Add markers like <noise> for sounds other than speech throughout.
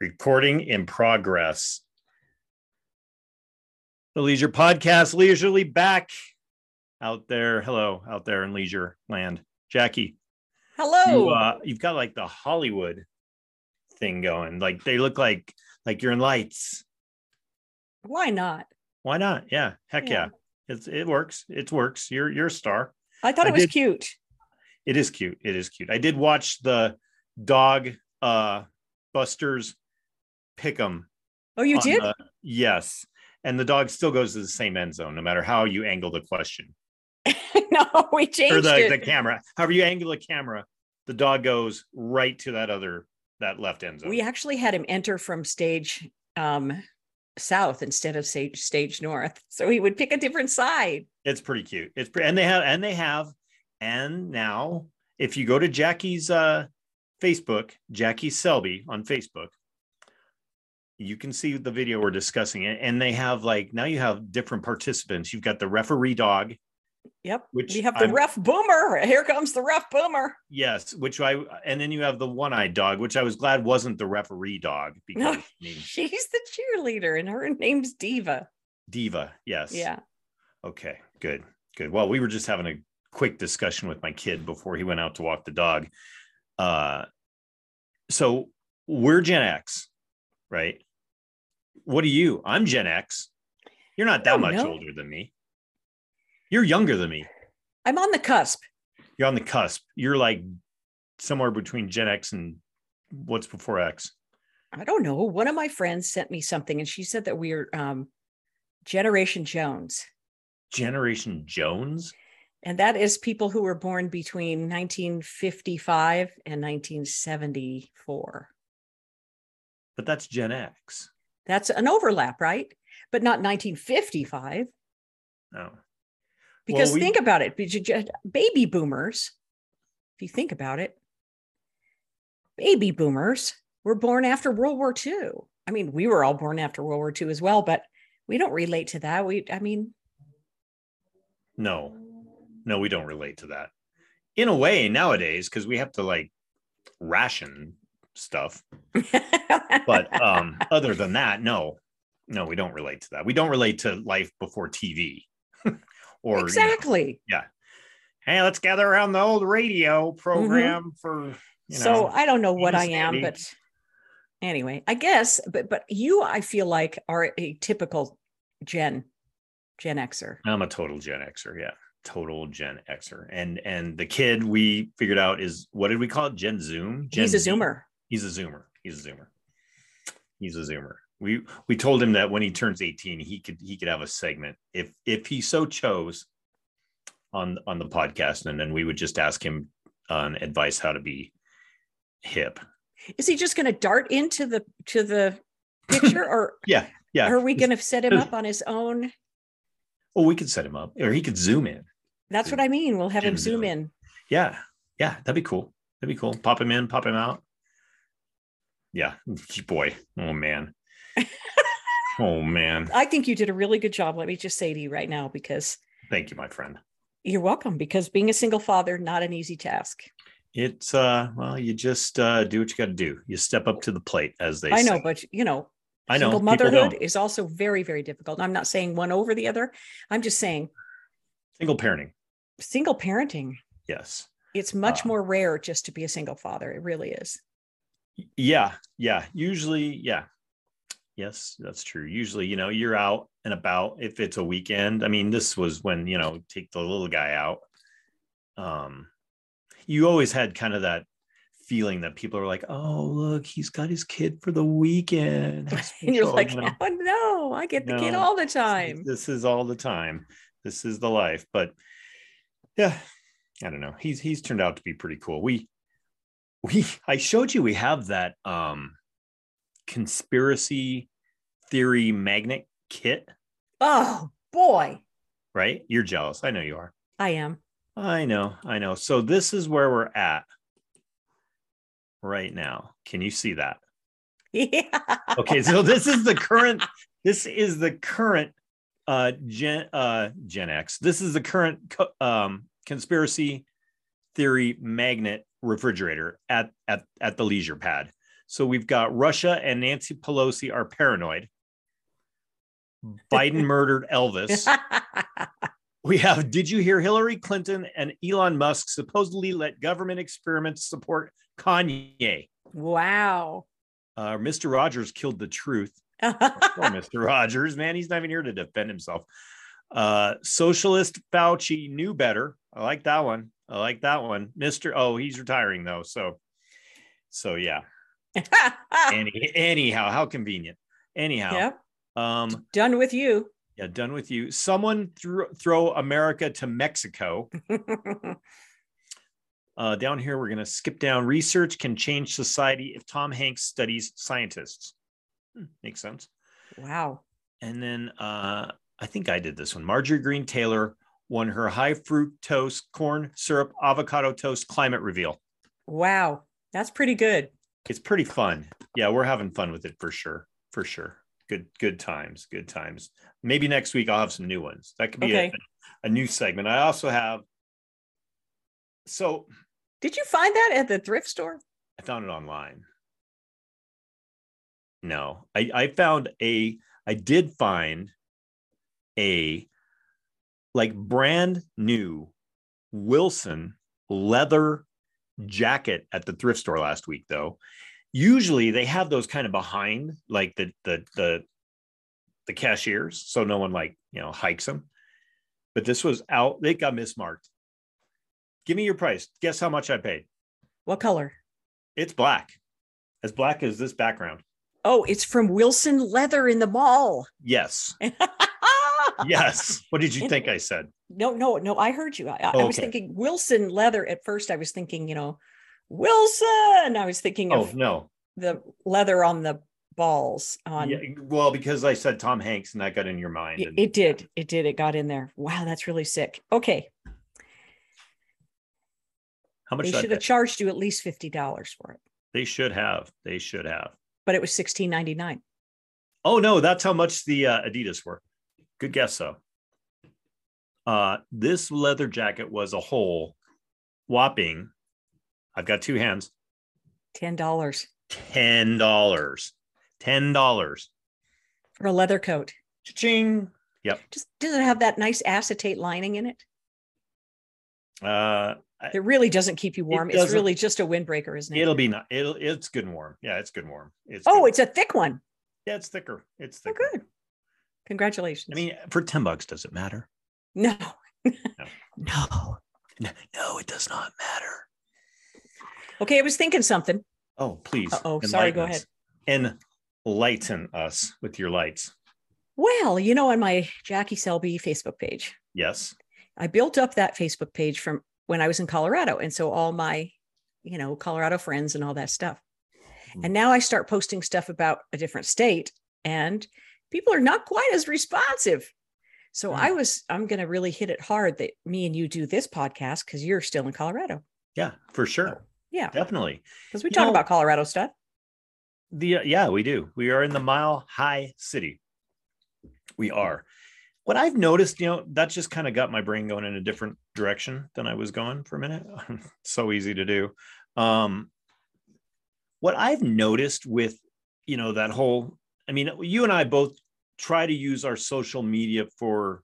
Recording in progress. The Leisure Podcast, leisurely back out there. Hello, out there in leisure land. Jackie, you, Hello. uh, you've got like the Hollywood thing going. Like they look like like you're in lights. Why not? Why not? Yeah, heck yeah. Yeah. It's it works. It works. You're you're a star. I thought I it was did- cute. It is cute. It is cute. I did watch the dog uh Buster's Pick'em Oh, you on did? the- yes. And the dog still goes to the same end zone, no matter how you angle the question <laughs> no, we changed or the, it. the camera. However you angle the camera, the dog goes right to that other that left end zone. we actually had him enter from stage um, south instead of stage stage north, so he would pick a different side. it's pretty cute. It's pre- and they have and they have and now if you go to Jackie's uh, Facebook, Jackie Selby on Facebook, you can see the video we're discussing it. And they have like now you have different participants. You've got the referee dog, Yep. which we have the I'm- rough boomer. Here comes the rough boomer. Yes, which I and then you have the one-eyed dog, which I was glad wasn't the referee dog because I mean, She's the cheerleader, and her name's Diva. diva. Yes. Yeah. Okay. Good. Good. Well, we were just having a quick discussion with my kid before he went out to walk the dog. Uh, so we're Gen X, right? What are you? I'm Gen X. You're not that Oh, much no. older than me. You're younger than me. I'm on the cusp. You're on the cusp. You're like somewhere between Gen X and what's before X. I don't know. One of my friends sent me something, and she said that we're um, Generation Jones. Generation Jones. And that is people who were born between 1955 and 1974. but that's Gen X. That's an overlap, right? But not 1955. No. Because we- think about it, because you ju- baby boomers, if you think about it, baby boomers were born after World War II. I mean, we were all born after World War II as well, but we don't relate to that. We, I mean, <laughs> No. No, we don't relate to that. In a way, nowadays, because we have to like ration stuff. But <laughs> um, other than that, no, no, we don't relate to that. We don't relate to life before TV. <laughs> or you know, exactly. hey, let's gather around the old radio program for you know. Mm-hmm. so I don't know what I Andy am, Sammy. but anyway, I guess. But but you, I feel like are a typical Gen Gen Xer. I'm a total Gen Xer, yeah, total Gen Xer. And and the kid we figured out is what did we call it? Gen Zoom. Gen He's a Z? Zoomer. He's a zoomer. He's a zoomer. He's a zoomer. We we told him that when he turns 18, he could he could have a segment if if he so chose on on the podcast, and then we would just ask him on advice how to be hip. Is he just going to dart into the <coughs> to the picture, or Yeah, yeah. are we going to <laughs> set him up on his own? Oh, we could set him up, or he could zoom in. That's what I mean. We'll have him Gen zoom Z. in. Yeah, yeah, that'd be cool. That'd be cool. Pop him in, pop him out. Yeah, boy. Oh man. oh man. I think you did a really good job. Let me just say to you right now, because Thank you, my friend. you're welcome. Because being a single father, not an easy task. It's uh well, you just uh do what you got to do. You step up to the plate, as they. I know, say. but you know, I know. single people motherhood don't. is also very very difficult. I'm not saying one over the other. I'm just saying single parenting. single parenting Yes. it's much Uh, more rare just to be a single father it really is Y- Yeah. Yeah. Usually, yeah. Yes, that's true. Usually, you know, you're out and about. If it's a weekend, I mean, this was when you know take the little guy out. Um, you always had kind of that feeling that people are like, "Oh, look, he's got his kid for the weekend." How and you're special," like you know? oh no i get the kid No. all the This- <laughs> time This is all the time. This is the life. But yeah, I don't know. He's he's turned out to be pretty cool. We we I showed you we have that um conspiracy theory magnet kit, oh boy right? You're jealous. I know you are. i am <laughs> I know. I know. So this is where we're at right now. Can you see that? yeah okay so this is the current this is the current uh gen uh gen x this is the current co- um conspiracy theory magnet refrigerator at at at the leisure pad So we've got Russia and Nancy Pelosi are paranoid. Biden murdered Elvis. We have Did you hear Hillary Clinton and Elon Musk supposedly let government experiments support Kanye? wow. Uh, Mr. Rogers killed the truth. Poor Mr. Rogers, man, he's not even here to defend himself. Uh, Socialist Fauci knew better. I like that one. I like that one. Mr. Oh, he's retiring though. So, so yeah. Any, anyhow, how convenient. Anyhow, yep. um, Done with you. <laughs> yeah, done with you. Someone thro- throw America to Mexico. Uh, down here, we're going to skip down. Research can change society if Tom Hanks studies scientists. Hmm, makes sense. wow. And then uh, I think I did this one. Marjorie Green Taylor won her high fructose corn syrup avocado toast climate reveal. Wow. That's pretty good. It's pretty fun. Yeah, we're having fun with it for sure. For sure. Good, good times. Good times. Maybe next week I'll have some new ones. That could be a- Okay. a new segment. I also have. So Did you find that at the thrift store? I found it online. No, I, I found a, I did find a like brand new Wilson leather jacket at the thrift store last week, though. Usually they have those kind of behind like the, the, the, the cashiers. So no one like, you know, hikes them. But this was out, they got mismarked. Give me your price. Guess how much I paid? What color? It's black, as black as this background. Oh, it's from Wilson Leather in the mall. <laughs> Yes, yes. What did you think I said? No, no, no. I heard you. I, I- I was Okay. thinking Wilson Leather at first. I was thinking, you know, Wilson. I was thinking Oh of no. the leather on the balls. On Yeah, well, because I said Tom Hanks, and that got in your mind. it, and- it did. It did. It got in there. Wow, that's really sick. Okay, How much? they did I should have pay? charged you at least fifty dollars for it, they should have. They should have. but it was sixteen ninety nine. Oh no, that's how much the uh, Adidas were. Good guess though. Uh, this leather jacket was a whole whopping. I've got two hands. Ten dollars Ten dollars. Ten dollars. for a leather coat. Ching. Just does it have that nice acetate lining in it? Uh, I- It really doesn't keep you warm. It's doesn't- really just a windbreaker, isn't it? It'll be not. It'll. It's good and warm. Yeah, it's good and warm. It's oh, good. it's a thick one. yeah, it's thicker. It's Oh, thicker. good. Congratulations. I mean, for ten bucks, does it matter? no, no. No, no, it does not matter. Okay, I was thinking something. Oh, please. Uh-oh, sorry, go enlighten us. Enlighten us with your lights. Well, you know, on my Jackie Selby Facebook page, Yes. I built up that Facebook page from when I was in Colorado. And so all my, you know, Colorado friends and all that stuff. Hmm. And now I start posting stuff about a different state and people are not quite as responsive. So Hmm. I was, I'm going to really hit it hard that me and you do this podcast because you're still in Colorado. Yeah, for sure. Yeah. Definitely. Because we You talk know- about Colorado stuff. The uh, yeah, we do. We are in the mile high city. We are. What I've noticed, you know, that just kind of got my brain going in a different direction than I was going for a minute. <laughs> so easy to do. Um, what I've noticed with, you know, that whole, I mean, you and I both try to use our social media for,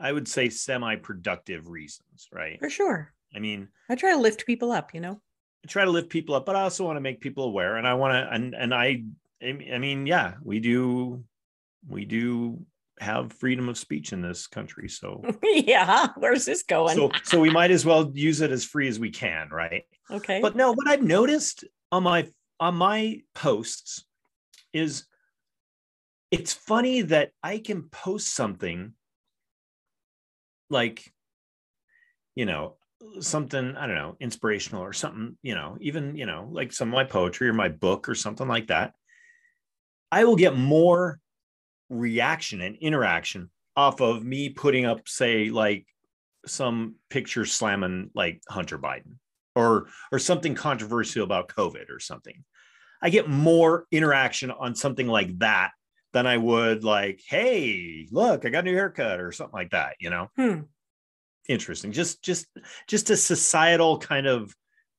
I would say, semi productive reasons, right? For sure. I mean, I try to lift people up, you know? I try to lift people up, but I also want to make people aware. And I want to, and and I, I mean- I mean, yeah, we do, we do have freedom of speech in this country. So, <laughs> yeah. Where's this going? so, so we might as well use it as free as we can, right? okay. But no, what I've noticed on my on my posts is it's funny that I can post something like you know something I don't know inspirational or something you know even you know like some of my poetry or my book or something like that. I will get more reaction and interaction off of me putting up say like some picture slamming like Hunter Biden or or something controversial about COVID or something. I get more interaction on something like that than I would like, hey, look, I got a new haircut or something like that, you know? Hmm. Interesting. Just just just a societal kind of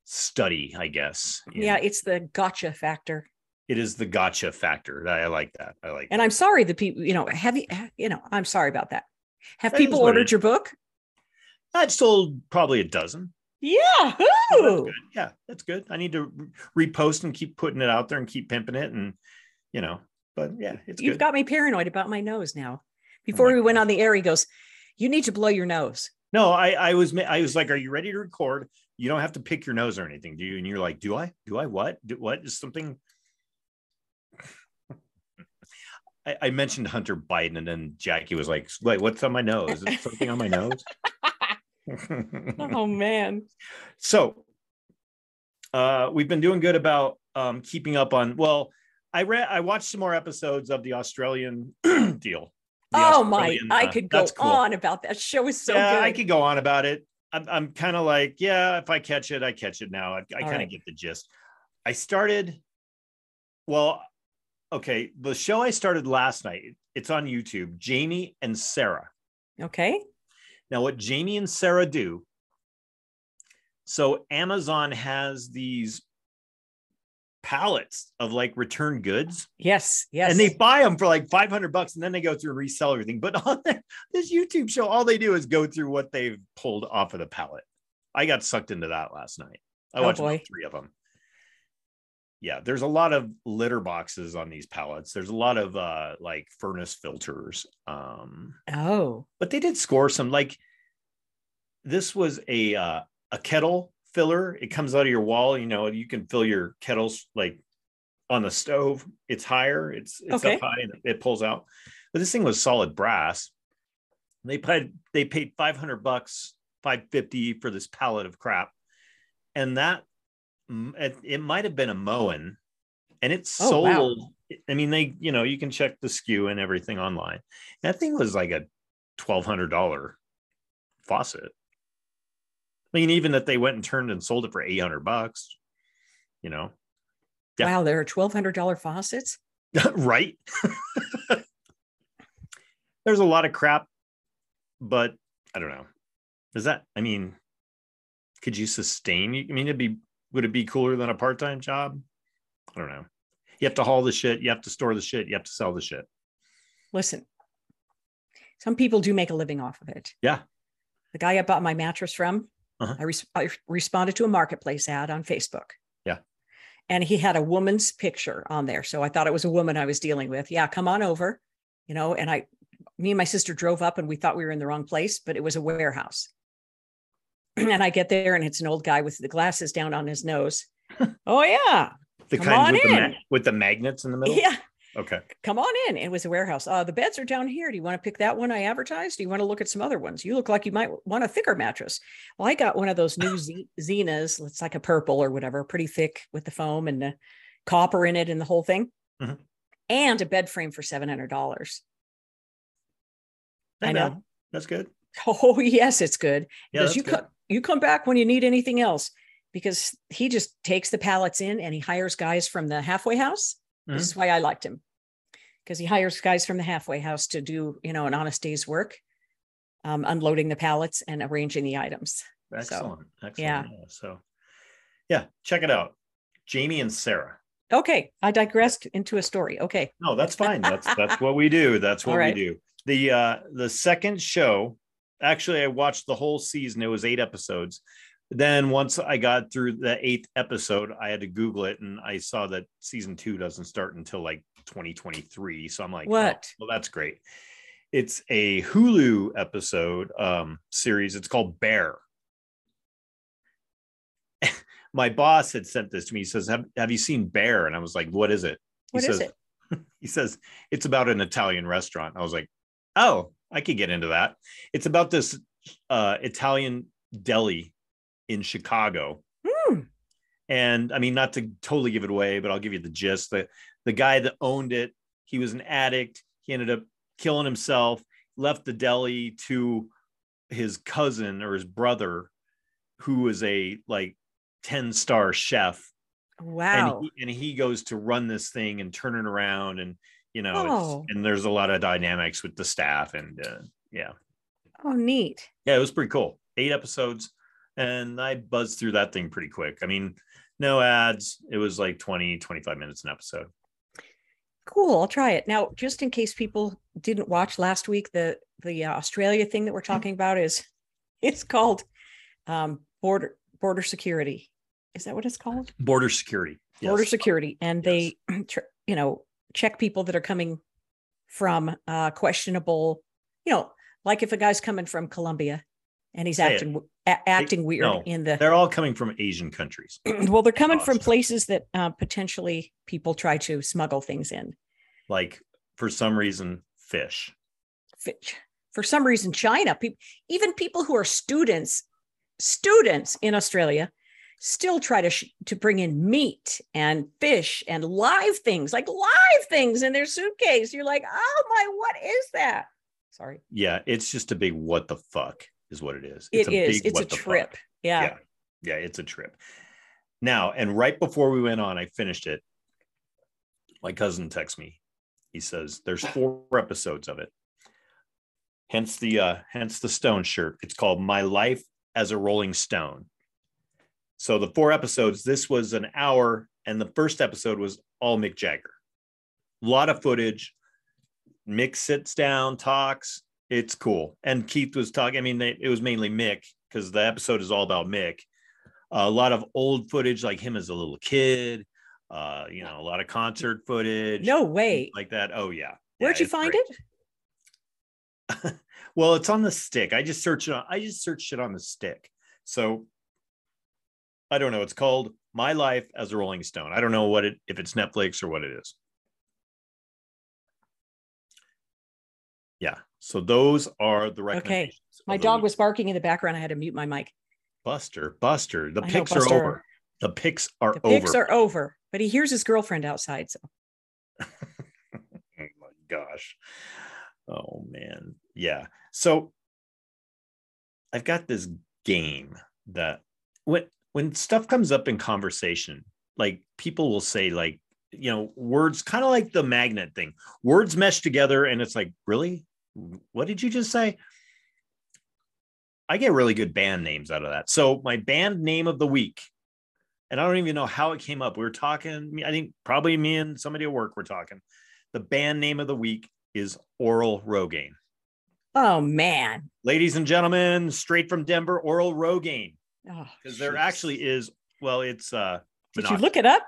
study, I guess. And Yeah, it's the gotcha factor. It is the gotcha factor. I I like that. I like And I'm sorry the people, you know, have you, you know, I'm sorry about that. Have That people is what it ordered is. your book? I sold probably a dozen. Yeah. That's good. Yeah, that's good. I need to re- repost and keep putting it out there and keep pimping it and you know, but yeah, it's You've good. Oh got me paranoid about my nose now. Before we went on the air, he goes, You need to blow <laughs> your nose. no, I I was ma- I was like, are you ready to record? You don't have to pick your nose or anything, do you? And you're like, do I? Do I what? Do, what is something? <laughs> I, I mentioned Hunter Biden, and then Jackie was like, "Wait, what's on my nose? <laughs> Is something on my <laughs> nose?" oh man. So uh, we've been doing good about um, keeping up on. Well, I read, I watched some more episodes of the Australian <clears throat> deal. The oh my, Australian, I uh, could go that's cool. on about that show is so yeah, good. I could go on about it. I'm, I'm kind of like, yeah, if I catch it, I catch it now. I, I All kind of right. get the gist. I started, well, okay, the show I started last night, it's on YouTube, Jamie and Sarah. okay. Now, what Jamie and Sarah do, so Amazon has these pallets of like return goods Yes. Yes. and they buy them for like 500 bucks and then they go through and resell everything. But <laughs> on the, this YouTube show, all they do is go through what they've pulled off of the pallet. I got sucked into that last night. I Oh, watched about boy. three of them. Yeah, there's a lot of litter boxes on these pallets. There's a lot of uh, like furnace filters. Um, oh, but they did score some like this was a uh, a kettle filler it comes out of your wall you know you can fill your kettles like on the stove it's higher it's it's Okay. up high and it pulls out but this thing was solid brass they paid they paid 500 bucks 550 for this pallet of crap and that mm, it, it might have been a Moen and it's Oh, sold wow. I mean they you know you can check the skew and everything online that thing was like a twelve hundred dollar faucet. I mean, even that they went and turned and sold it for eight hundred bucks, you know, Yeah. wow. There are $1,200 faucets. right? <laughs> There's a lot of crap, but I don't know. Is that? I mean, could you sustain? I mean, it'd be would it be cooler than a part time job? I don't know. You have to haul the shit. You have to store the shit. You have to sell the shit. Listen, some people do make a living off of it. Yeah. The guy I bought my mattress from, Uh-huh. I, res- I responded to a marketplace ad on Facebook. Yeah. And he had a woman's picture on there. So I thought it was a woman I was dealing with. Yeah, come on over, you know. And I, me and my sister drove up and we thought we were in the wrong place, but it was a warehouse. <clears throat> and I get there and it's an old guy with the glasses down on <laughs> his nose. oh, yeah. The Come kinds on with the, ma- in. with the magnets in the middle. Yeah. Okay. come on in. It was a warehouse. Uh, the beds are down here. Do you want to pick that one I advertised? Do you want to look at some other ones? You look like you might want a thicker mattress. Well, I got one of those new Z- Zenas. It's like a purple or whatever, pretty thick with the foam and the copper in it and the whole thing. Mhm. And a bed frame for seven hundred dollars. Not I bad. know. That's good. <laughs> Oh yes, it's good. Yeah, Because that's you good. come you come back when you need anything else. Because he just takes the pallets in and he hires guys from the halfway house. Mm-hmm. This is why I liked him. Because he hires guys from the halfway house to do, you know, an honest day's work, um, unloading the pallets and arranging the items. Excellent. Excellent. yeah. So, yeah, check it out. Jamie and Sarah. Okay, I digressed into a story. Okay, No, that's fine. That's that's what we do. That's what All right. we do. The uh the second show, actually I watched the whole season. It was 8 episodes. Then once I got through the 8th episode, I had to google it and I saw that season 2 doesn't start until like 2023. So I'm like, oh, What? well, that's great. It's a Hulu episode um series. It's called Bear. <laughs> My boss had sent this to me. He says, "Have have you seen Bear?" And I was like, "What is it?" He what is says, it? <laughs> he says it's about an italian restaurant i was like oh i could get into that it's about this uh, italian deli in chicago Hmm. and i mean not to totally give it away but i'll give you the gist the, the guy that owned it he was an addict he ended up killing himself left the deli to his cousin or his brother who was a like 10 star chef Wow. and he, and he goes to run this thing and turn it around and you know Oh. it's, and there's a lot of dynamics with the staff and uh, yeah oh, neat. yeah it was pretty cool eight episodes and I buzzed through that thing pretty quick. I mean, no ads. It was like 20, 25 minutes an episode. Cool. I'll try it now. Just in case people didn't watch last week, the the uh, Australia thing that we're Mm. talking about is <laughs> it's called um, border border security. Is that what it's called? Border security. Yes. Border security, and they <clears throat> tr- you know check people that are coming from uh, questionable, you know, like if a guy's coming from Colombia and he's Say it. acting a- acting weird no. in the They're all coming from Asian countries. <clears throat> well, they're coming from Awesome. places that uh, potentially people try to smuggle things in. Like for some reason, fish. Fitch- For some reason, China, peop even people who are students, students in Australia, still try to sh- to bring in meat and fish and live things, like live things in their suitcase. You're like, oh my, what is that? Sorry, Yeah, it's just a big what the fuck is what it is. it is. It's a what the fuck. trip. Yeah. Yeah. Yeah, it's a trip. Now, and right before we went on, I finished it. My cousin texts me. He says, "There's four <laughs> episodes of it." Hence the uh, hence the Stone shirt. It's called "My Life as a Rolling Stone." So the four episodes. This was an hour, and the first episode was all Mick Jagger. A lot of footage. Mick sits down, talks. It's cool. And Keith was talking. I mean, they, it was mainly Mick because the episode is all about Mick. a lot of old footage, like him as a little kid. Uh, you know, a lot of concert footage. No way. like that. Oh yeah. Where'd you find it? it? well, it's on the stick. I just searched it. On, I just searched it on the stick. So I don't know. It's called My Life as a Rolling Stone. I don't know what it if it's Netflix or what it is. Yeah. So those are the recommendations. of My the dog week. was barking in the background. I had to mute my mic. Buster, Buster. The I know, picks Buster. are over. The picks are The pics over. are over, but he hears his girlfriend outside. So oh my gosh. Oh man. Yeah. So I've got this game that when when stuff comes up in conversation, like people will say like, you know, words kind of like the magnet thing. Words mesh together and it's like, really? What did you just say? I get really good band names out of that. So my band name of the week and I don't even know how it came up. We were talking, I think probably me and somebody at work were talking. The band name of the week is Oral Rogaine. Oh man. Ladies and gentlemen, straight from Denver, Oral Rogaine. Oh, Because there jeez. actually is, well, it's uh Did you minoxidil. look it up?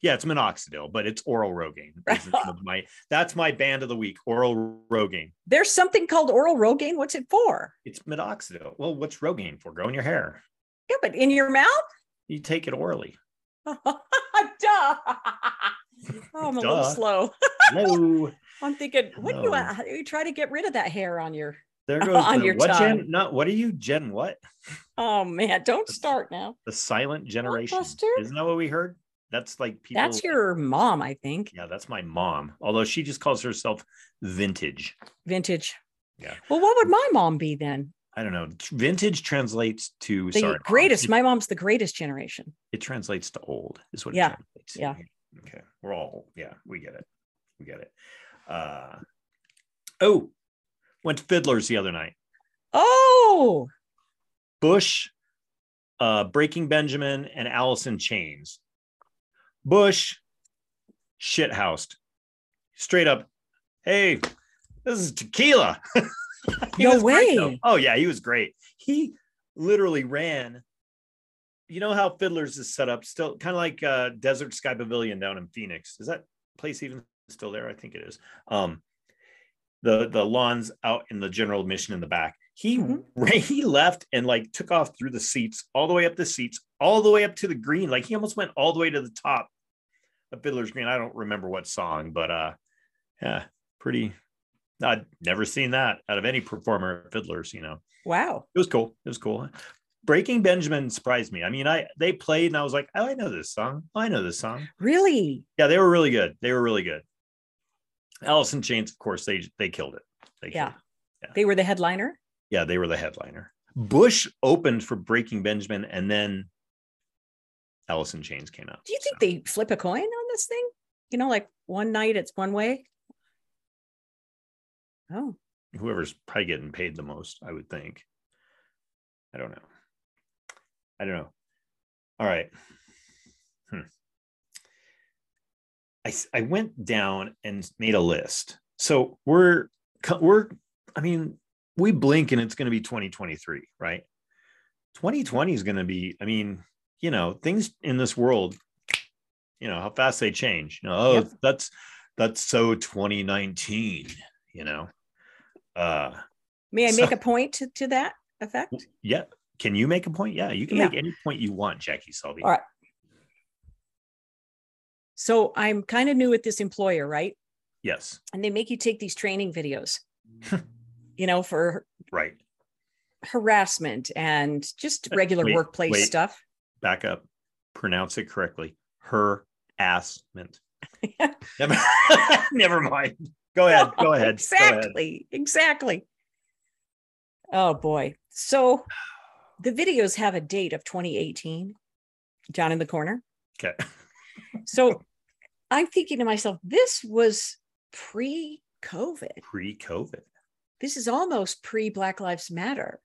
yeah, it's minoxidil, but it's oral <laughs> Rogaine. Is my that's my band of the week, oral Rogaine. There's something called oral Rogaine. What's it for? It's minoxidil. Well, what's Rogaine for? Grow in your hair. Yeah, but in your mouth? <laughs> You take it orally. <laughs> Duh. Oh, I'm a little Duh. slow. Hello. <laughs> I'm thinking, what do you, No. how do you try to get rid of that hair on your? There goes On the- your what tongue. Gen? No, what are you, Gen? What? Oh man, don't start now. the silent generation. Buster? Isn't that what we heard? That's like people. That's your mom, I think. Yeah, that's my mom. Although she just calls herself vintage. Vintage. Yeah. Well, what would my mom be then? I don't know. Vintage translates to The sorry, Mom. greatest. It, My mom's the greatest generation. it translates to old. Is what. Yeah, It translates to. yeah. Okay, we're all yeah. We get it. We get it. Uh, oh, went to Fiddler's the other night. Oh, Bush, uh, Breaking Benjamin, and Alice in Chains. Bush, shithoused. Straight up, hey, this is tequila. <laughs> He No was great, though. way. oh, yeah, he was great. He literally ran. You know how Fiddlers is set up, still kind of like uh, Desert Sky Pavilion down in Phoenix. Is that place even still there? I think it is. Um, the the lawns out in the general admission in the back. He Mhm. <laughs> ran, he left and like took off through the seats, all the way up the seats, all the way up to the green. Like he almost went all the way to the top of Fiddler's Green. I don't remember what song, but uh, yeah, pretty. I'd never seen that out of any performer at Fiddlers. You know, wow. it was cool. It was cool. Breaking Benjamin surprised me. I mean, I they played and I was like, oh, I know this song. I know this song. Really? Yeah, they were really good. They were really good. Alice in Chains, of course, they they killed it. They killed Yeah. it. They were the headliner. Yeah, they were the headliner. Bush opened for Breaking Benjamin, and then Alice in Chains came out. Do you think they flip a coin on this thing? You know, like one night it's one way. Oh, whoever's probably getting paid the most, I would think. I don't know. I don't know. All right. Hmm. I s- I went down and made a list. So we're co- we're I mean we blink and it's going to be 2023, right? 2020 is going to be. I mean, you know, things in this world, you know, how fast they change. You know, oh, Yep. that's that's so 2019. You know, uh, May I So- Mm. make a point to, to that effect? yeah. Can you make a point? Yeah, you can Yeah. make any point you want, Jackie Selby. All right. So I'm kind of new at this employer, right? Yes, And they make you take these <laughs> training videos, you know, for right. harassment and just regular Wait, workplace wait. stuff. <laughs> back up, pronounce it correctly. Harassment. Yeah. <laughs> Never, never mind. Go ahead. Go ahead. Go ahead. Exactly. Exactly. Oh boy. So the videos have a date of 2018 down in the corner. Okay. So I'm thinking to myself, this was pre COVID. Pre COVID. This is almost pre Black Lives Matter.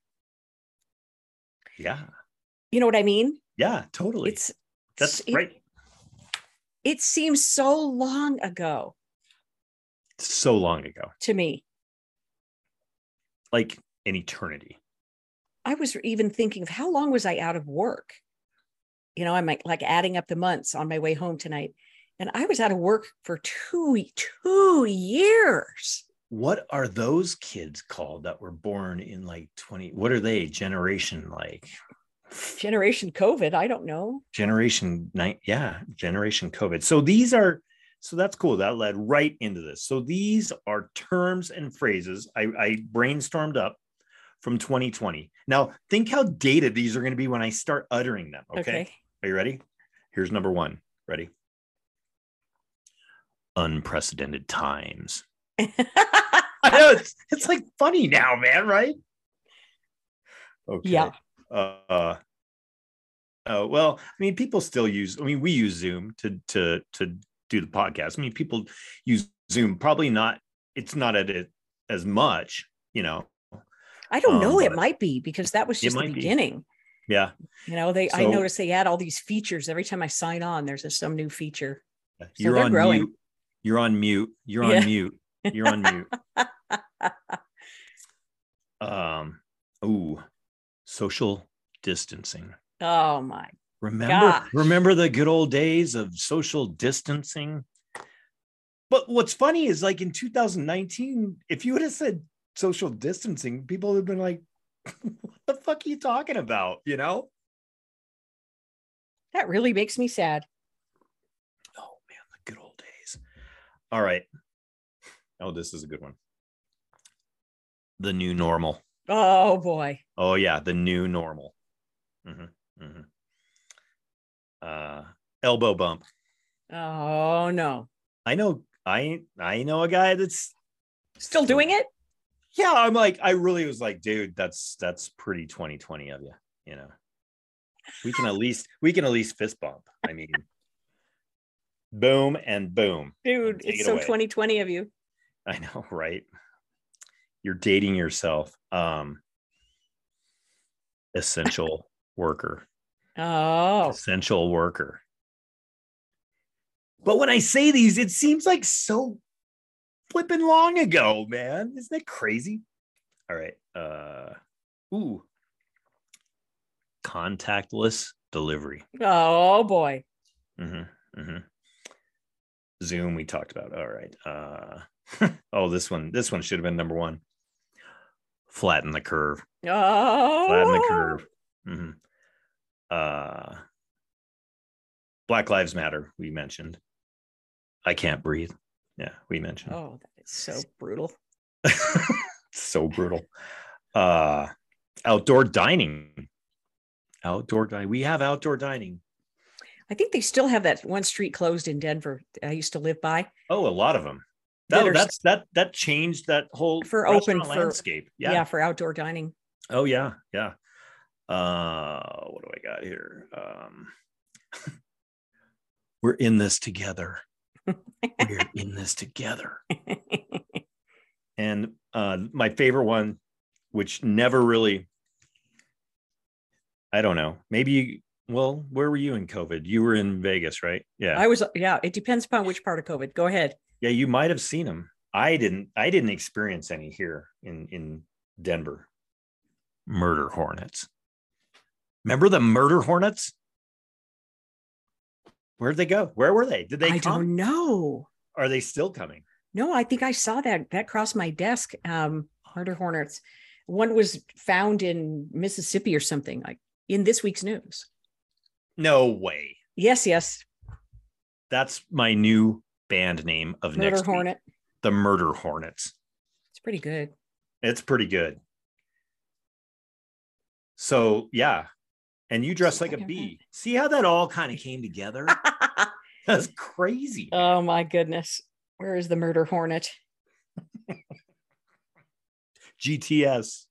Yeah. You know what I mean? Yeah. Totally. It's That's it- right. It seems so long ago So long ago, to me. like an eternity. I was even thinking of how long was I out of work? You know, I'm like, like adding up the months on my way home tonight. And I was out of work for two two years. What are those kids called that were born in like 20? What are they? Generation like Generation COVID, I don't know. generation nine yeah generation covid so these are so that's cool that led right into this so these are terms and phrases i, I brainstormed up from 2020 now think how dated these are going to be when i start uttering them Okay. okay are you ready here's number one ready unprecedented times <laughs> I know it's, it's like funny now, man, right? Okay. Yeah. Uh, uh, uh, well, I mean, people still use. I mean, we use Zoom to to to do the podcast. I mean, people use Zoom. Probably not. It's not at it as much. You know. <laughs> I don't Um, know. It but- might be because that was It just the might be. beginning. Yeah. You know, they I So- noticed they add all these features every time I sign on. There's just some new feature. You're they're on growing. mute. You're on mute. You're on Yeah. mute. You're on <laughs> mute. Um. Ooh. Social distancing. Oh my! Remember, Gosh. remember the good old days of social distancing. But what's funny is like in 2019, if you would have said social distancing, people would have been like, <laughs> what the fuck are you talking about? You know? That really makes me sad. Oh man, the good old days. All right. Oh, this is a good one. The new normal. Oh boy. Oh yeah, the new normal. Mhm, mhm. Uh, elbow bump. Oh no. I know. I I know a guy that's Still doing it? yeah, I'm like, I really was like, dude, that's that's pretty 2020 of you, you know. We can at least we can at least fist bump. I mean, boom and boom. Dude, Take it's it so away. 2020 of you. I know, <laughs> right? You're dating yourself. Um essential worker. Oh, Essential worker. But when I say these, it seems like so flipping long ago, man. Isn't that crazy? All right. Uh ooh. Contactless delivery. oh boy. hmm hmm Zoom, we talked about. All right. Uh <laughs> oh, this one, this one should have been number one. Flatten the curve Oh, flatten the curve. Mhm. Uh, Black Lives Matter, we mentioned. I can't breathe. Yeah, we mentioned. Oh, that is so brutal. Oh. <laughs> so brutal. Uh, outdoor dining. Outdoor dining. We have outdoor dining. I think they still have that one street closed in Denver. I used to live by Oh, a lot of them. That That, are- that's that that changed that whole For open, restaurant for- landscape. yeah. Yeah. for outdoor dining. Oh yeah, yeah. Uh, what do I got here? Um, <laughs> we're in this together. we're in this together. And uh, my favorite one, which never really I don't know. Maybe you, well, where were you in COVID? You were in Vegas, right? Yeah. I was, yeah, it depends upon which part of COVID. Go ahead. yeah, you might have seen them. I didn't I didn't experience any here in in Denver. Murder hornets. Remember the murder hornets? Where'd they go? Where were they? Did they I come? don't know. Are they still coming? No, I think I saw that. That crossed my desk. Um, Harder Hornets. One was found in Mississippi or something like in this week's news. No way. Yes, yes. That's my new band name of Murder next week, Hornet. the Murder Hornets. It's <laughs> pretty good. It's pretty good. So yeah. And you dress like a Look at bee. See how that all kind of came together? <laughs> That's crazy. oh my goodness. Where is the murder hornet? GTS.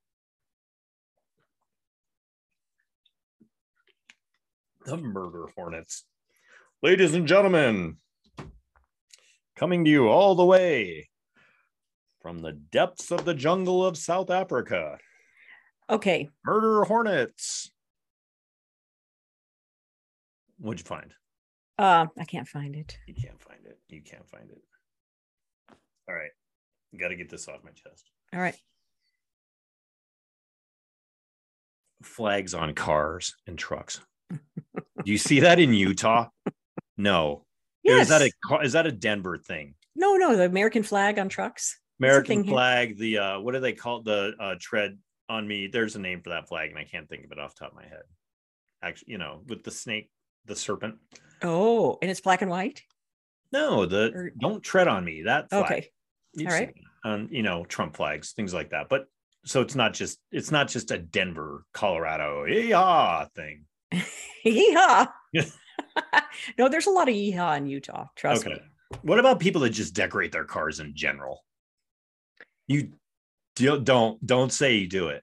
The Murder Hornets. Ladies and gentlemen, coming to you all the way from the depths of the jungle of South Africa, Okay. Murder Hornets. What'd you find? Uh, I can't find it. You can't find it. You can't find it. All right. Got to get this off my chest. All right. flags on cars and trucks. Do you see that in Utah? No. Or Yes. Is that a car- is that a Denver thing? no, no, the American flag on trucks. American thing here. flag, the uh what do they call it? the uh tread on me? There's a name for that flag and I can't think of it off the top of my head. Actually, you know, with the snake, the serpent. Oh, and it's black and white. No, the Or- don't tread on me. That flag. Er, Okay. <laughs> You've all seen right. it on you know, Trump flags, things like that. But so it's not just it's not just a Denver, Colorado, yeah thing. <laughs> Yeehaw. no, there's a lot of yeehaw in Utah. Trust Okay. me. What about people that just decorate their cars in general? You do, don't don't say you do it.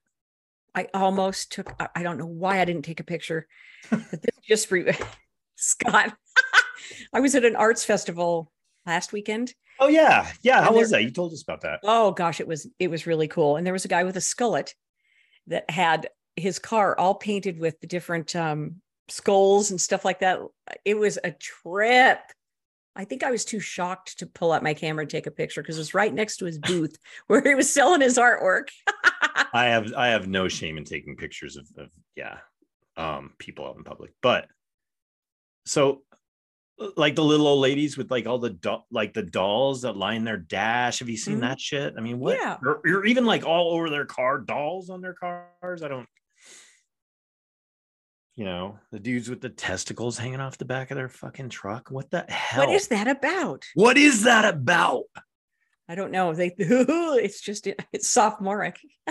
I almost took, I- I don't know why I didn't take a picture, but this just re- <laughs> Scott. <laughs> I was at an arts festival last weekend. Oh yeah, yeah. How And was there- that? You told us about that. Oh gosh, it was it was really cool. And there was a guy with a skillet that had his car all painted with the different um skulls and stuff like that. It was a trip. I think I was too shocked to pull out my camera and take a picture because it was right next to his booth <laughs> where he was selling his artwork. I have I have no shame in taking pictures of, of yeah, um, people out in public. But so, like the little old ladies with like all the do- like the dolls that line their dash. Have you seen Mhm. that shit? I mean, what? Yeah. Or, or even like all over their car dolls on their cars. I don't. You know the dudes with the testicles hanging off the back of their fucking truck. What the hell? What is that about? what is that about? I don't know. They <laughs> it's just it's sophomoric. <laughs>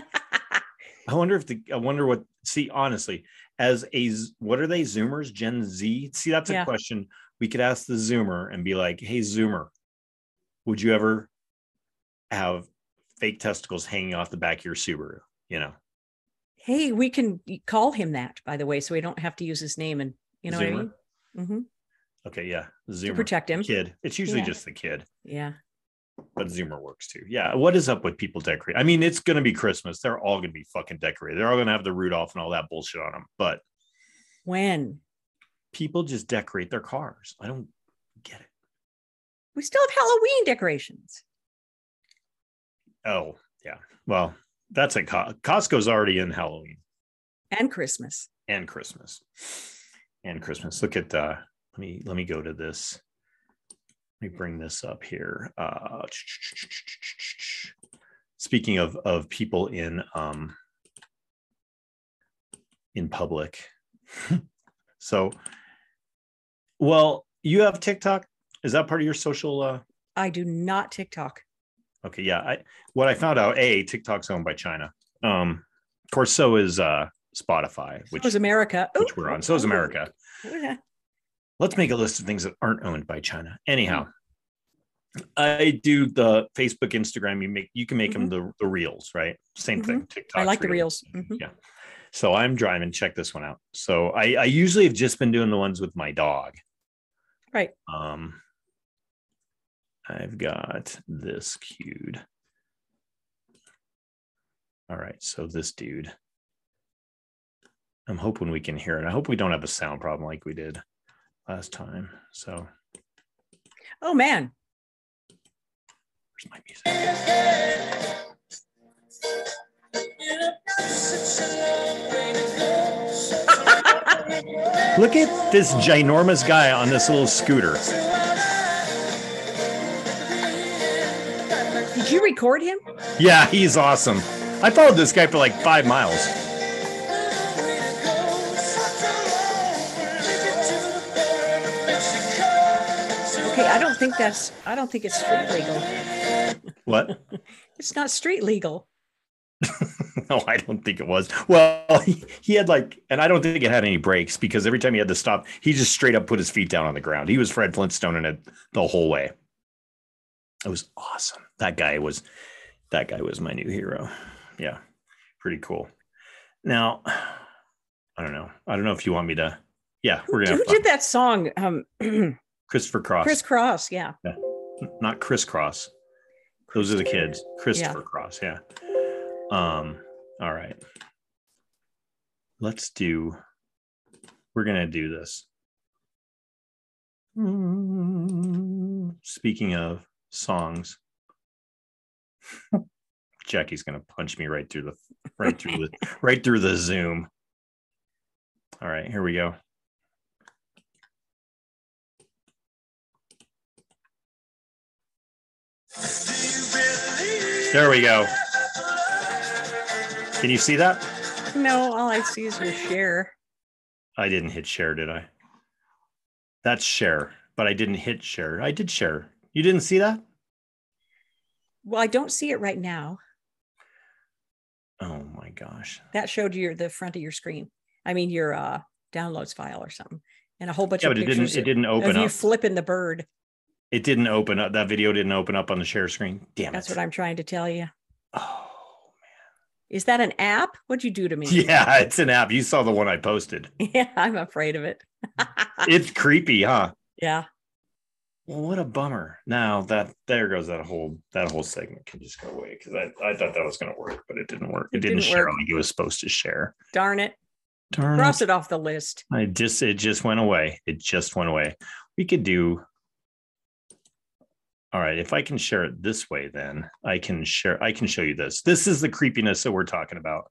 I wonder if the I wonder what see honestly as a Z- what are they Zoomers Gen Z? See, that's a Yeah. question we could ask the Zoomer and be like, "Hey Zoomer, would you ever have fake testicles hanging off the back of your Subaru?" You know, hey, we can call him that, by the way, so we don't have to use his name and you know Zoomer? what I mean? hmm okay, yeah, To Zoomer protect him. kid. It's usually Yeah. just the kid, Yeah. but Zoomer works too. Yeah, what is up with people decorating? I mean, it's gonna be Christmas. They're all gonna be fucking decorated. They're all gonna have the Rudolph and all that bullshit on them. But When? people just decorate their cars. I don't get it. We still have Halloween decorations. Oh, yeah. Well, that's a Co- Costco's already in Halloween And Christmas. and Christmas. And Christmas. Look at uh let me let me go to this. Let me bring this up here. Uh speaking of of people in um in public. <laughs> so well, you have TikTok? Is that part of your social uh I do not TikTok. Okay, yeah. I what I found out, a TikTok's owned by China. Um, of course, so is uh Spotify, Which which was America. Ooh. which we're on. oh, So is America. Yeah. Let's make a list of things that aren't owned by China. Anyhow, I do the Facebook, Instagram. You make you can make them the, the reels, right? Same thing. TikTok. I like the reels. Mhm. So I'm driving. Check this one out. So I, I usually have just been doing the ones with my dog. Right. Um, I've got this queued. All right. So this dude. I'm hoping we can hear it. I hope we don't have a sound problem like we did last time. So <laughs> Oh man, where's my music? Look at this ginormous guy on this little scooter. did you record him? Yeah, he's awesome. I followed this guy for like five miles. Okay, I don't think that's I don't think it's street legal. What? <laughs> It's not street legal. No, I don't think it was. Well, <laughs> he, he had like, and I don't think it had any brakes because every time he had to stop, he just straight up put his feet down on the ground. He was Fred Flintstone in it the whole way. It was awesome. That guy was, that guy was my new hero. Yeah, pretty cool. Now, <sighs> I don't know. I don't know if you want me to. Yeah, we're gonna. Who have fun. did that song? Um <clears throat> Christopher Cross, Chris Cross, yeah. not Chris Cross. Those are the kids. Christopher Cross. Yeah. Um. All right. Let's do. We're gonna do this. Speaking of songs, Jackie's gonna punch me right through the right through the right through the Zoom. All right, here we go. There we go. Can you see that? No, all I see is your share. I didn't hit share, did I? That's share, but I didn't hit share. I did share. You didn't see that? Well, I don't see it right now. Oh my gosh. That showed your the front of your screen. I mean your uh downloads file or something. And a whole bunch Yeah, of but it pictures didn't it didn't of open you up. flipping the bird. It didn't open up. That video didn't open up on the share screen. Damn it. That's what I'm trying to tell you. Oh. Is that an app? What'd you do to me? <laughs> Yeah, it's an app. You saw the one I posted. <laughs> Yeah, I'm afraid of it. <laughs> It's creepy, huh? yeah. Well, what a bummer. Now that there goes that whole that whole segment can just go away because I, I thought that was gonna work, but it didn't work. It, It didn't, didn't share work. like it was supposed to share. Darn it. Darn it. Cross it off the list. I just it just went away. It just went away. We could do all right. If I can share it this way, then I can share, I can show you this. This is the creepiness that we're talking about.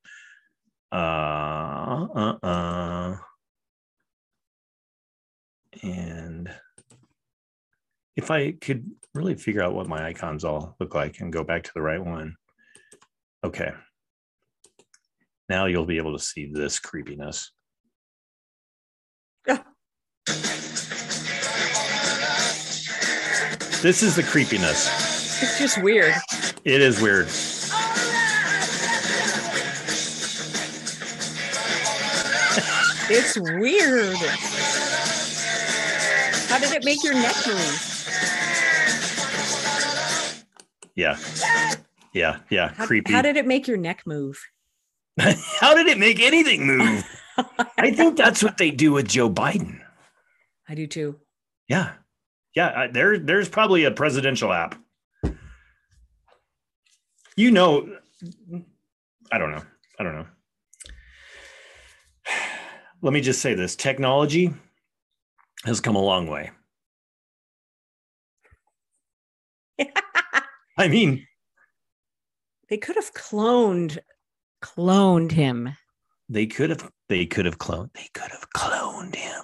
Uh uh uh. And if I could really figure out what my icons all look like and go back to the right one. Okay. Now you'll be able to see this creepiness. This is the creepiness. It's just weird. It is weird. It's weird. How did it make your neck move? Yeah. Yeah. Yeah. How, Creepy. how did it make your neck move? How did it make anything move? <laughs> I think that's what they do with Joe Biden. I do too. Yeah. Yeah. I, there, there's probably a presidential app. You know, I don't know. I don't know. Let me just say this technology has come a long way. <laughs> I mean, They could have cloned cloned him. They could have. They could have cloned. They could have cloned him.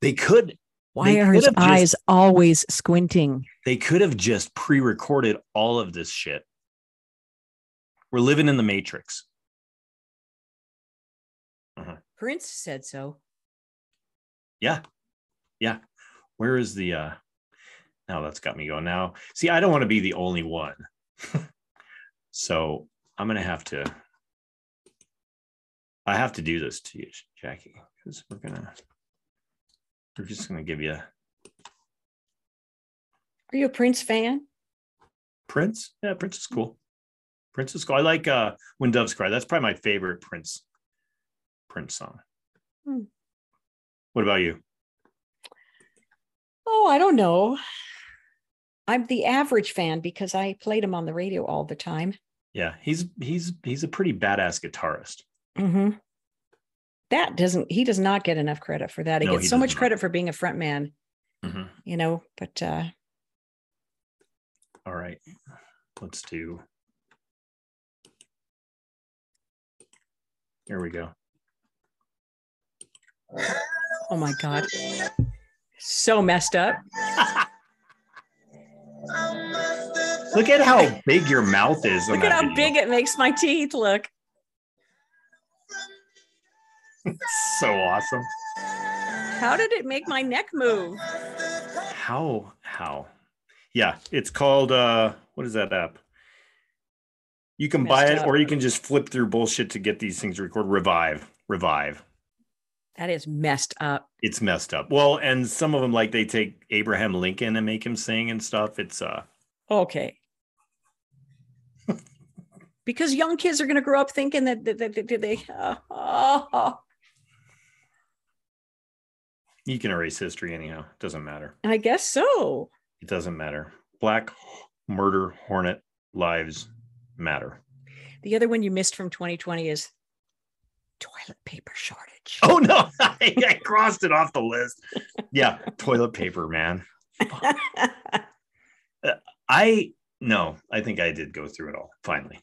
They could. Why They are could his have just- eyes always squinting? They could have just pre-recorded all of this shit. We're living in the Matrix. Prince said so. Where is the? uh Now that's got me going. Now, see, I don't want to be the only one. <laughs> so I'm gonna have to. I have to do this to you, Jackie, because we're gonna. We're just gonna give you Are you a Prince fan? Prince. Yeah, Prince is cool. Prince is cool. I like uh When Doves Cry. That's probably my favorite Prince Prince song. Hmm. What about you? Oh, I don't know. I'm the average fan because I played him on the radio all the time. Yeah, he's he's he's a pretty badass guitarist. Mm-hmm. that doesn't he does not get enough credit for that he No, gets he so does much not. credit for being a front man Mhm. you know but uh All right. Let's do. Here we go. oh my god so messed up Look at how big your mouth is. on look at that how video. big it makes my teeth look It's so awesome. how did it make my neck move How? How? Yeah, it's called uh what is that app? You can buy Messed it up. or you can just flip through bullshit to get these things recorded. Revive. Revive. that is messed up It's messed up. Well, and some of them like they take Abraham Lincoln and make him sing and stuff. It's uh <laughs> okay because young kids are going to grow up thinking that, that, that, that they <laughs> uh, oh, oh. you can erase history anyhow. It doesn't matter. i guess so It doesn't matter. Black murder hornet lives matter. the other one you missed from 2020 is toilet paper shortage <laughs> Oh no, I, I crossed it off the list. Yeah, toilet paper, man. <laughs> I no, I think I did go through it all finally.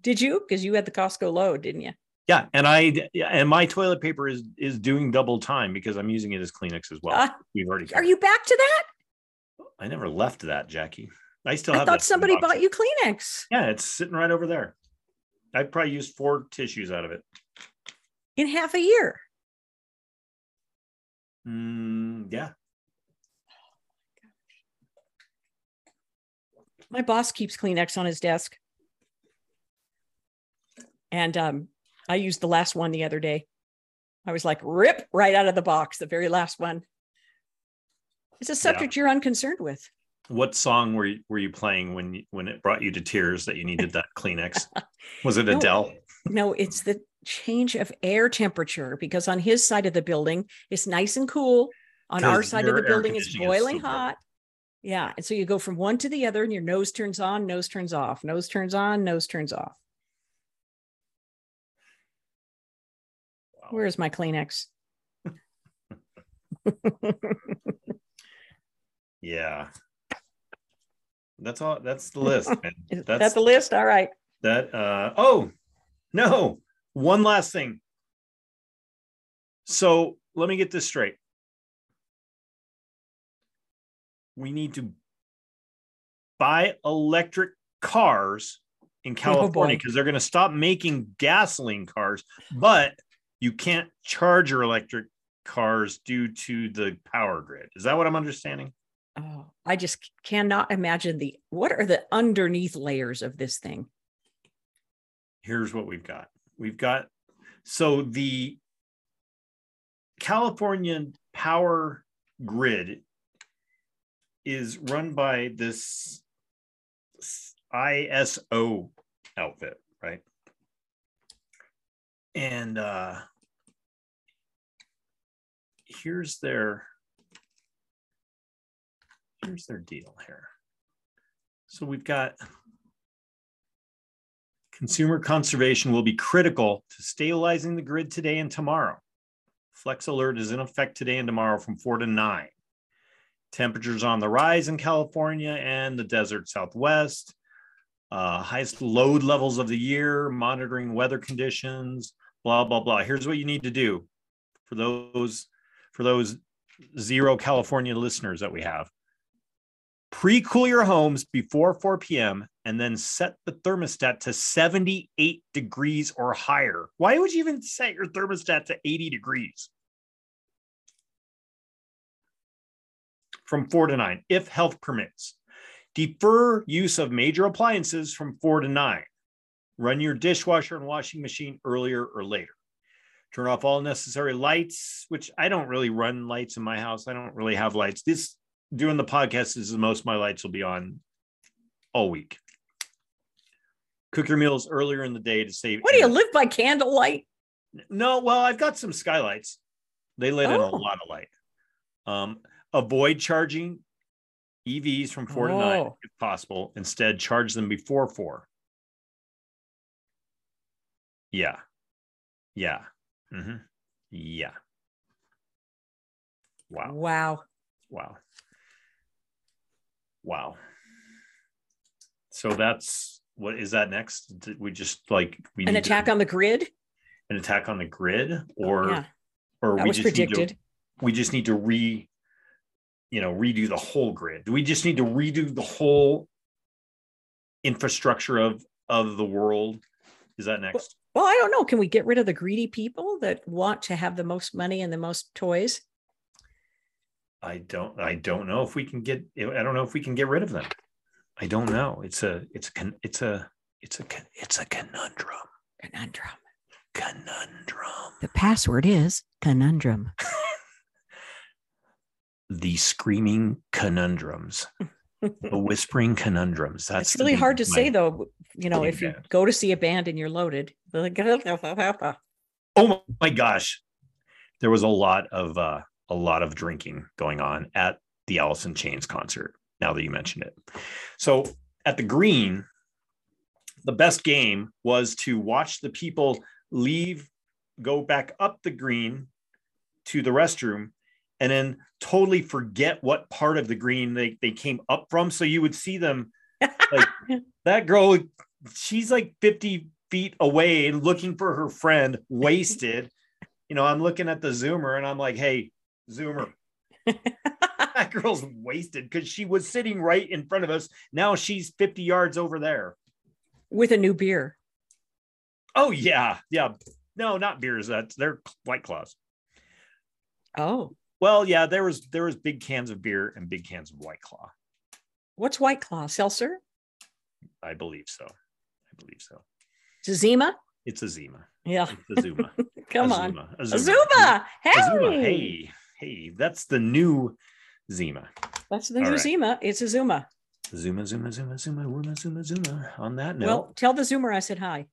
Did you? Because you had the Costco load, didn't you? Yeah, and I yeah, and my toilet paper is is doing double time because I'm using it as Kleenex as well. Ah. We've already. Are you back to that? I never left that, Jackie. I still. I have thought that somebody box. bought you Kleenex. Yeah, it's sitting right over there. I probably used four tissues out of it. in half a year. Mm, yeah. My boss keeps Kleenex on his desk. And um, I used the last one the other day. I was like, rip right out of the box, the very last one. It's a subject you're unconcerned with. What song were you, were you playing when you- when it brought you to tears that you needed that Kleenex? Was it No. Adele? No, it's the change of air temperature because on his side of the building, it's nice and cool. On our 'Cause side of the your air building, it's conditioning is boiling super. hot. Yeah. And so you go from one to the other, and your nose turns on, nose turns off, nose turns on, nose turns off. Wow. Where is my Kleenex? Yeah. That's all. That's the list. Man. Is That's- that the list? All right. That uh oh no, one last thing. So let me get this straight. We need to buy electric cars in California boy. because they're going to stop making gasoline cars, but you can't charge your electric cars due to the power grid. Is that what I'm understanding? Oh, I just cannot imagine the what are the underneath layers of this thing? here's what we've got. We've got so the Californian power grid is run by this ISO outfit, right? And uh here's their here's their deal here. So we've got Consumer conservation will be critical to stabilizing the grid today and tomorrow. Flex alert is in effect today and tomorrow from four to nine. Temperatures on the rise in California and the desert Southwest. Uh, highest load levels of the year, monitoring weather conditions, blah, blah, blah. Here's what you need to do for those, for those zero California listeners that we have. Pre-cool your homes before 4 p.m. and then set the thermostat to 78 degrees or higher. Why would you even set your thermostat to 80 degrees? From 4 to 9, if health permits. Defer use of major appliances from 4 to 9. Run your dishwasher and washing machine earlier or later. Turn off all necessary lights, which I don't really run lights in my house. I don't really have lights. This doing the podcast is the most my lights will be on all week. Cook your meals earlier in the day to save. What do you energy. live by candlelight? No, well, I've got some skylights. They let in a Oh. lot of light. Um, avoid charging EVs from four to nine Oh. if possible. Instead, charge them before four. Yeah, yeah. hmm Yeah. Wow. Wow. Wow. Wow. So that's what is that next? Did we just like we An need to- attack on the grid? an attack on the grid or yeah, or that we was just need to predicted. we just need to re you know redo the whole grid do we just need to redo the whole infrastructure of of the world is that next Well, I don't know. Can we get rid of the greedy people that want to have the most money and the most toys? i don't i don't know if we can get i don't know if we can get rid of them i don't know it's a it's a con- it's a it's a con- it's a conundrum Conundrum. conundrum The password is conundrum. the screaming <laughs> conundrums the whispering conundrums that's it's really hard to say that. though. You know, if you Yeah. go to see a band and you're loaded, they're like, oh my gosh there was a lot of uh a lot of drinking going on at the alice in chains concert now that you mentioned it so at the green the best game was to watch the people leave go back up the green to the restroom and then totally forget what part of the green they, they came up from so you would see them like that girl she's like 50 feet away and looking for her friend wasted you know i'm looking at the zoomer and i'm like hey zoomer that girl's wasted because she was sitting right in front of us now she's 50 yards over there with a new beer. oh yeah yeah no not beers that's they're white claws Oh, well yeah there was there was big cans of beer and big cans of white claw what's White Claw? Seltzer? i believe so i believe so Zazima? it's a zima Yeah, it's a zuma come a on. zuma. A zuma. Azuma. Hey. Azuma, hey, hey, that's the new Zima. That's the All new right. Zima. It's a Zuma. Zuma, Zuma, Zuma, Zuma, Zuma, Zuma, Zuma. On that note, Well, tell the Zoomer I said hi.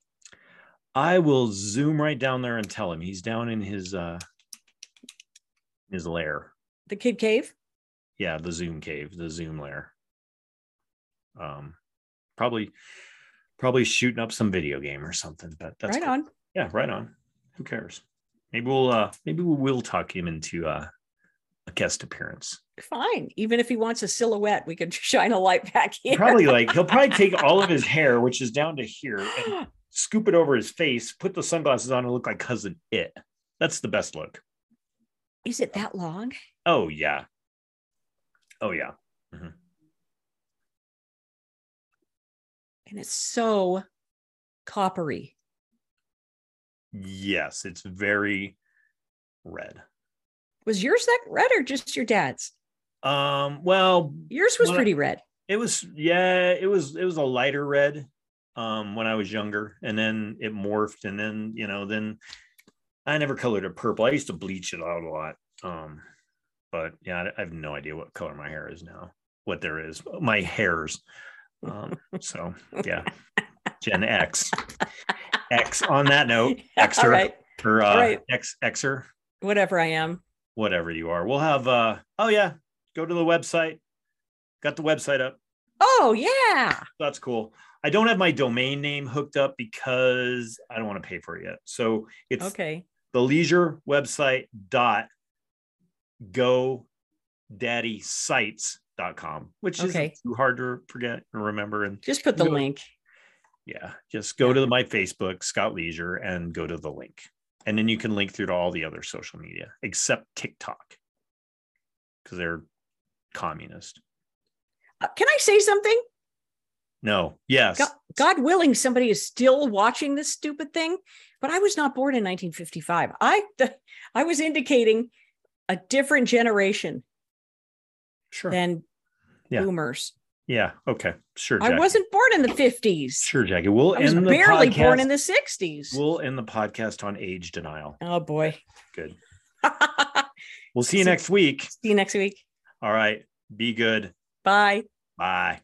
I will zoom right down there and tell him he's down in his uh his lair. The Kid Cave. Yeah, the Zoom cave, the Zoom lair. Um, probably, probably shooting up some video game or something. But that's right cool. on. Yeah, right on. Who cares? Maybe we'll uh maybe we will talk him into uh a guest appearance. Fine. Even if he wants a silhouette, we could <laughs> shine a light back <laughs> here. probably like he'll probably take all of his hair, which is down to here, and scoop it over his face, put the sunglasses on, and look like cousin it. That's the best look. <gasps> Is it that long? Oh yeah. Oh yeah. And it's so coppery. Yes, it's very red. Was yours that red or just your dad's? Um, well, Yours was Well, pretty red. it was yeah, it was it was a lighter red um when I was younger, and then it morphed, and then you know, then I never colored it purple. I used to bleach it out a lot. Um, but yeah, I- I have no idea what color my hair is now, what there is, my hairs. Um, so yeah, Gen X. X on that note, Xer <laughs> All right. or uh, right. X Xer, Whatever I am. whatever you are. We'll have uh oh yeah, go to the website. Got the website up. Oh, yeah. That's cool. I don't have my domain name hooked up because I don't want to pay for it yet. So it's Okay. the leisure website dot go daddy sites.com, which Okay. is too hard to forget and remember. And Just put the No. link. yeah, just go to my Facebook, Scott Leisure, and go to the link. And then you can link through to all the other social media except TikTok because they're communist. Uh, can I say something? No, yes. God, God willing, somebody is still watching this stupid thing. But I was not born in 1955. I, <laughs> I was indicating a different generation sure. than Yeah. boomers. yeah. Okay. Sure. I Jackie. wasn't born in the 50s. Sure, Jackie. We'll I was end the barely podcast. born in the 60s. we'll end the podcast on age denial. oh boy. Good. <laughs> See We'll see you See- next week. you next week. All right. Be good. Bye. Bye.